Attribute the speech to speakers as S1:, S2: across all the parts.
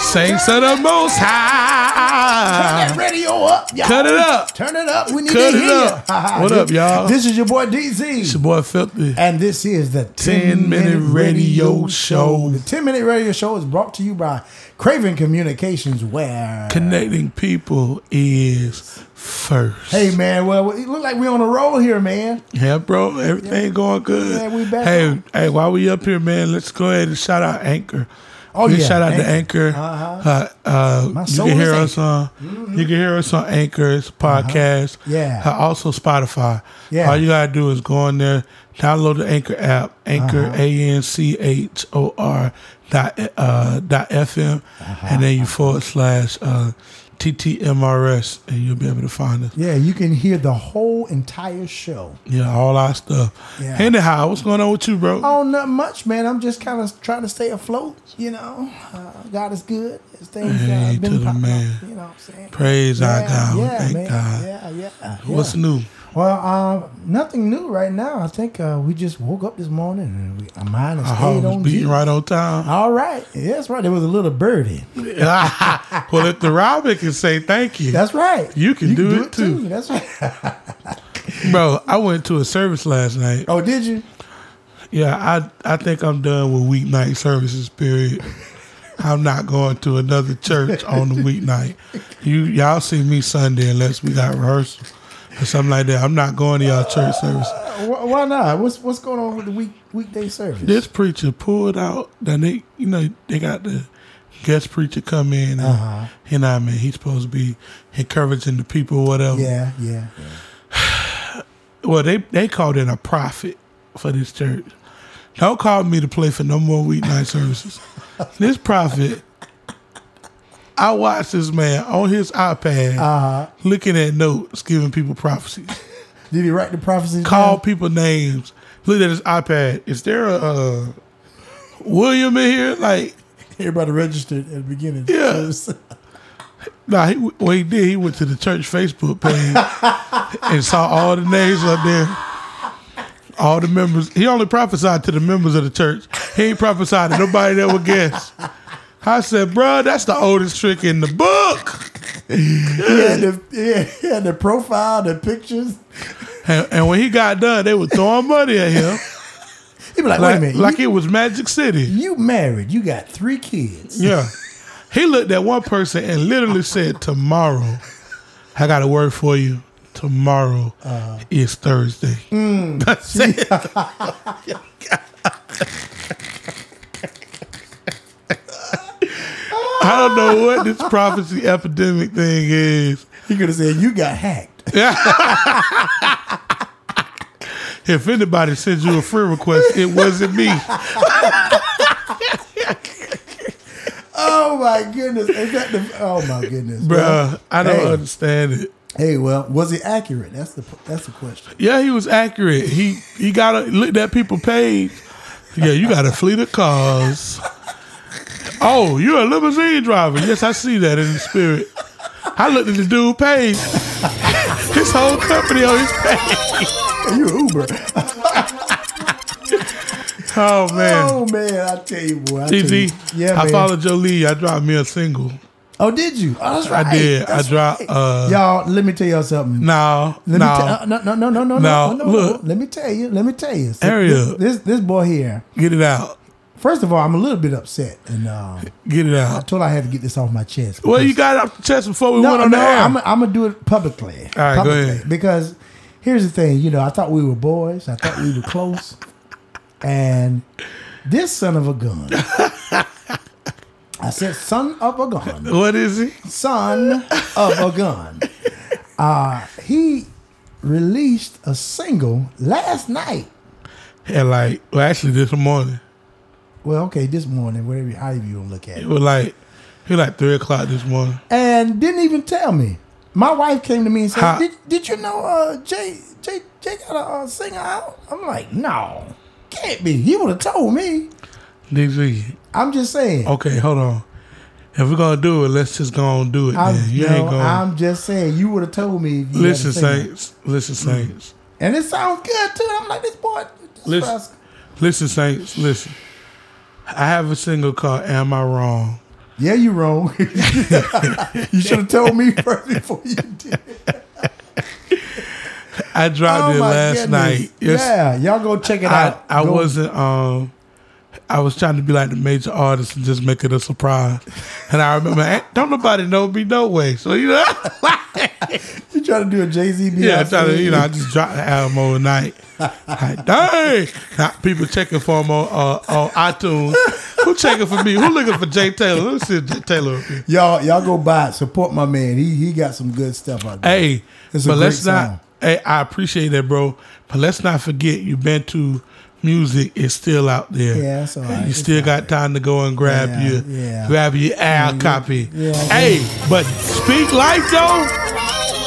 S1: Saints of the Most High.
S2: Turn that radio up, y'all.
S1: Cut it up.
S2: Turn it up. We need
S1: Cut
S2: to
S1: it
S2: hear
S1: up.
S2: ya.
S1: What up, y'all?
S2: This is your boy
S1: It's your
S2: DZ.
S1: boy Filthy.
S2: And this is the
S1: 10
S2: 10 Minute
S1: Minute Radio
S2: Radio
S1: Show.
S2: Show. The 10 Minute Radio Show is brought to you by Craven Communications, where.
S1: Connecting people is first.
S2: Hey, man, well, it look like we on a roll here, man.
S1: Yeah, bro, everything going good.
S2: Yeah, we back
S1: Hey,
S2: on.
S1: hey, while we up here, man, let's go ahead and shout out Anchor.
S2: Oh,
S1: We
S2: yeah,
S1: Shout out to Anchor.
S2: Uh-huh.
S1: Uh, uh, you
S2: soul
S1: can hear
S2: is Mm-hmm. Uh-huh.
S1: us on you can hear us on Anchor's podcast.
S2: Yeah.
S1: Uh, also Spotify.
S2: Yeah.
S1: All you gotta do is go on there, download the Anchor app, Anchor
S2: Uh-huh.
S1: A N C H O R dot uh dot FM
S2: Uh-huh.
S1: and then you forward slash uh TTMRS and you'll be able to find us.
S2: Yeah, you can hear the whole entire show.
S1: Yeah, all our stuff.
S2: Yeah.
S1: Anyhow, what's going on with you, bro?
S2: Oh, not much, man. I'm just kind of trying to stay afloat, you know. Uh, God is good. As things
S1: Hey,
S2: uh,
S1: to
S2: been
S1: the
S2: popping
S1: man.
S2: Up, you know what I'm saying?
S1: Praise our
S2: Yeah,
S1: God. We
S2: yeah,
S1: Thank
S2: man.
S1: God.
S2: Yeah, yeah, yeah.
S1: What's new?
S2: Well, uh, nothing new right now. I think uh, we just woke up this morning and we, our mind is
S1: Our
S2: stayed
S1: heart was
S2: on
S1: beating
S2: Jesus.
S1: right on time.
S2: All right. Yeah, that's right. There was a little birdie.
S1: well, if the Robin can say thank you,
S2: That's right.
S1: You can do it too.
S2: That's right.
S1: bro, I went to a service last night.
S2: Oh, did you?
S1: Yeah, I I think I'm done with weeknight services. Period. I'm not going to another church on the weeknight. You y'all see me Sunday unless we got rehearsal or something like that. I'm not going to y'all church service.
S2: Uh, wh- why not? What's what's going on with the week weekday service?
S1: This preacher pulled out. Then they, you know, they got the guest preacher come in. And,
S2: Uh-huh.
S1: You know, what I mean, he's supposed to be encouraging the people, whatever.
S2: yeah, yeah, yeah.
S1: Well, they they called in a prophet for this church. Don't call me to play for no more weeknight services. This prophet, I watched this man on his iPad
S2: Uh-huh.
S1: looking at notes, giving people prophecies.
S2: Did he write the prophecy?
S1: Call people names. Look at his iPad. Is there a uh, William in here? Like,
S2: Everybody registered at the beginning.
S1: Yeah. Nah, he, what he did, he went to the church Facebook page and saw all the names up there. All the members. He only prophesied to the members of the church. He ain't prophesied to nobody that would guess. I said, bruh, that's the oldest trick in the book.
S2: he, had the, yeah, he had the profile, the pictures.
S1: And, and when he got done, they were throwing money at him
S2: He'd be like, wait a
S1: like,
S2: minute.
S1: like
S2: you,
S1: it was Magic City.
S2: you married. You got three kids.
S1: Yeah. He looked at one person and literally said, Tomorrow, I got a word for you. Tomorrow is Thursday. That's it. I don't know what this prophecy epidemic thing is.
S2: He could have said, you got hacked.
S1: If anybody sends you a friend request, it wasn't me.
S2: Oh, my goodness. Is that the, oh, my goodness.
S1: Bruh, I don't
S2: Hey.
S1: understand it.
S2: Hey, well, was it accurate? That's the that's the question.
S1: Yeah, he was accurate. He he got a, looked at people page. Yeah, you got a fleet of cars. Oh, you're a limousine driver. Yes, I see that in the spirit. I looked at the dude page. his whole company on his page.
S2: You Uber?
S1: Oh man.
S2: Oh man, I tell you what. I tell you.
S1: TZ,
S2: yeah,
S1: I
S2: man.
S1: followed your lead. I dropped me a single.
S2: Oh, did you? Oh, that's right.
S1: I did.
S2: That's
S1: I dropped.
S2: right.
S1: Uh,
S2: y'all. Let me tell y'all something.
S1: Now,
S2: Let me
S1: now,
S2: tell- uh, no, no, no, no, no,
S1: Now,
S2: no, no, no.
S1: look.
S2: Let me tell you. Let me tell you. So
S1: Ariel.
S2: this, this this boy here.
S1: get it out.
S2: First of all, I'm a little bit upset, and um,
S1: Get it
S2: I
S1: out.
S2: told her I had to get this off my chest.
S1: Well,
S2: because-
S1: you got it off the chest before we went
S2: no,
S1: on
S2: no,
S1: the air.
S2: I'm I'm gonna do it publicly.
S1: All right, go
S2: publicly
S1: ahead.
S2: Because here's the thing. You know, I thought we were boys. I thought we were close, and this son of a gun. I said, son of a gun
S1: what is he?
S2: son of a gun. Uh, he released a single last night.
S1: And like, well, actually, this morning.
S2: Well, okay, this morning, whatever, however you gonna look at
S1: It
S2: it,
S1: was like it was like three o'clock this morning.
S2: and didn't even tell me. My wife came to me and said,
S1: How-
S2: did, did you know uh, Jay, Jay, Jay got a uh, singer out? I'm like, no, can't be. He would have told me.
S1: DZ.
S2: I'm just saying.
S1: Okay, hold on. If we're gonna do it, let's just go on and do it.
S2: I'm,
S1: man. You
S2: no,
S1: ain't gonna
S2: I'm just saying. You would have told me. If you
S1: listen,
S2: had a singer.
S1: Saints. Listen, Saints.
S2: And it sounds good too. I'm like, this boy. This
S1: Listen.
S2: boy's-
S1: Listen, Saints. Listen. I have a single called "Am I Wrong."
S2: Yeah, you wrong. you should have told me first before you did. Oh
S1: I dropped it last night. It's-
S2: Yeah, y'all go check it
S1: I,
S2: out.
S1: I
S2: Go-
S1: wasn't um I was trying to be like the major artist and just make it a surprise. And I remember "Ain't- don't nobody know me no way. So you know
S2: You trying to do a Jay Z?
S1: Yeah, I tried to you know, I just dropped the album overnight. Like, dang. Now, people checking for him on uh, on iTunes. Who checking for me? Who looking for Jay Taylor? Let me see if Jay Taylor up here.
S2: y'all y'all go buy it. Support my man. He he got some good stuff out there.
S1: Hey,
S2: It's a
S1: but
S2: great
S1: let's
S2: song.
S1: not hey, I appreciate that, bro. But let's not forget you been to music is still out there.
S2: Yeah, it's all right.
S1: You still got time to go and grab
S2: Yeah,
S1: your
S2: yeah.
S1: grab your ad copy.
S2: yeah.
S1: Hey, but speak life though.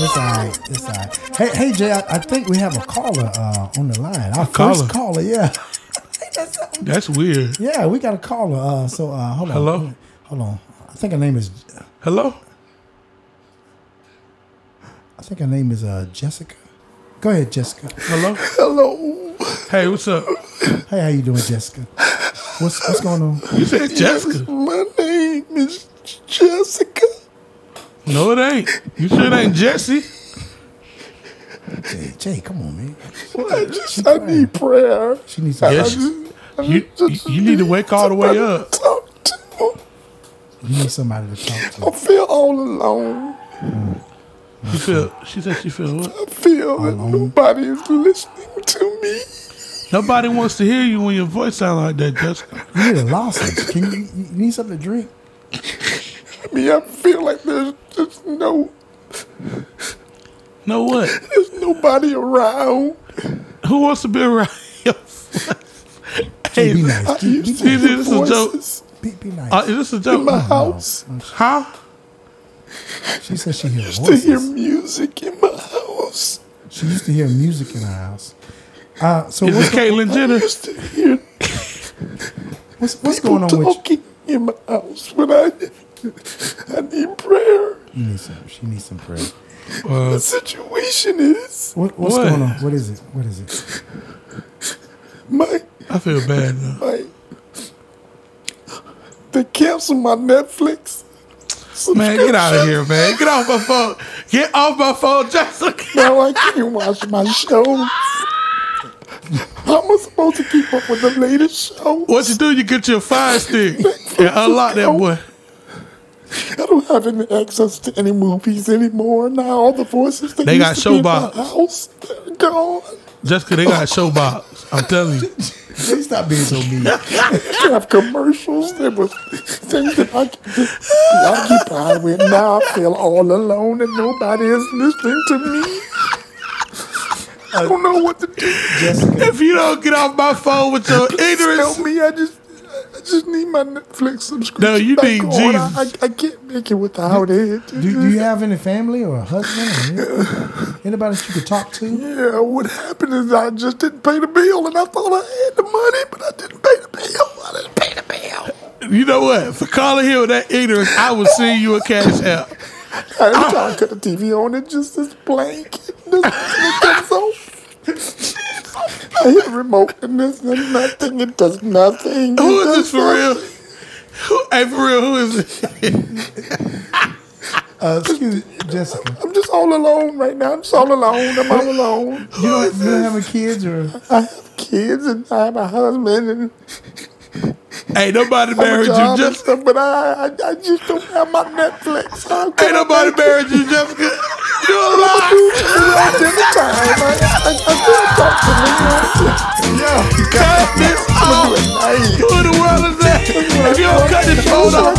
S2: It's all right. It's all right. Hey, hey Jay, I, I think we have a caller uh, on the line. Our
S1: caller.
S2: first caller, yeah. Ain't that something?
S1: That's weird.
S2: yeah, we got a caller. Uh, so uh, hold on.
S1: Hello?
S2: Hold on. I think her name is.
S1: Hello?
S2: I think her name is uh, Jessica. Go ahead, Jessica.
S1: Hello?
S3: Hello.
S1: Hey, what's up?
S2: Hey, how you doing, Jessica? What's what's going on?
S1: You said Jessica.
S3: My name is Jessica.
S1: No, it ain't. You sure it ain't Jesse?
S2: Jay, Jay, come on, man.
S3: I just I need prayer.
S2: She needs some.
S1: Yes. You you need to wake all the way up.
S3: Talk to her.
S2: You need somebody to talk to.
S3: I feel all alone.
S1: You feel she said she feel what?
S3: I feel that nobody is listening to me.
S1: Nobody wants to hear you when your voice sound like that, Jessica.
S2: You need a lozenge. Can you? You need something to drink?
S3: I mean, I feel like there's just no,
S1: Know what?
S3: there's nobody around.
S1: Who wants to be around you?
S2: Jay, be
S1: Hey,
S3: I
S2: nice. Jay, Be,
S3: used
S2: be,
S3: to
S1: This
S3: hear
S1: is a joke.
S3: voices
S2: be, be nice.
S1: uh, is this a
S3: in my
S1: joke?
S3: house.
S1: Huh?
S2: she said she hears
S3: To hear
S2: voices.
S3: music in my house.
S2: She used to hear music in her house. Uh, so
S1: Is it
S2: what's, go-
S1: Caitlyn
S3: I
S1: Jenner?
S3: used to hear
S2: what's what's
S3: people
S2: going on with you?
S3: talking in my house when I, I need prayer.
S2: You need some. She needs some prayer.
S3: The situation is
S2: What, what's
S1: What?
S2: going on? What is it? What is it?
S3: my
S1: I feel bad now.
S3: my they canceled my Netflix.
S1: Man, get out of
S3: subscription.
S1: here, man. Get off my phone. Get off my phone, Jessica.
S3: Now I can't watch my shows. How am I supposed to keep up with the latest show?
S1: What you do, you get your fire stick and unlock that boy.
S3: I don't have any access to any movies anymore. Now all the voices that
S1: They
S3: used
S1: got
S3: to be in my
S1: Showbox.
S3: house, they're gone.
S1: Jessica, they got showbox. I'm telling you.
S2: Jay, stop being so mean.
S3: They have commercials. There was things that I could just be occupied with. Now I feel all alone and nobody is listening to me. I don't know what to do.
S2: Jessica,
S1: If you don't get off my phone with your
S3: Help
S1: ignorance,
S3: me! I just, I just need my Netflix subscription.
S1: No, you
S3: back
S1: need
S3: on.
S1: Jesus.
S3: I, I, I can't make it without it.
S2: do, do you have any family or a husband? Or any- anybody that you could talk to?
S3: Yeah, what happened is I just didn't pay the bill, and I thought I had the money, but I didn't pay the bill. I didn't pay the bill.
S1: you know what? For calling here with that ignorance, I will send you a cash app.
S3: Every time I cut the TV on, it just is blank. This it comes on. I hit the remote, and there's nothing. It does nothing. It
S1: Who is this
S3: does
S1: for real? Who, hey, for real, who is this?
S2: Uh, excuse me, Jessica.
S3: I'm just all alone right now. I'm just all alone. I'm all alone.
S2: You don't, you don't have any kids or
S3: I have kids and I have a husband and
S1: Hey, nobody
S3: I have a
S1: married you,
S3: job and
S1: Jessica.
S3: stuff, but I, I I just don't have my Netflix. How can
S1: Ain't nobody
S3: I make
S1: married you, Jessica. You're a
S3: it
S1: liar.
S3: through without dinner time? I, I, I can't talk to me. Yeah,
S1: Cut this off.
S3: I,
S1: Who in the world is that? If you don't cut this phone off,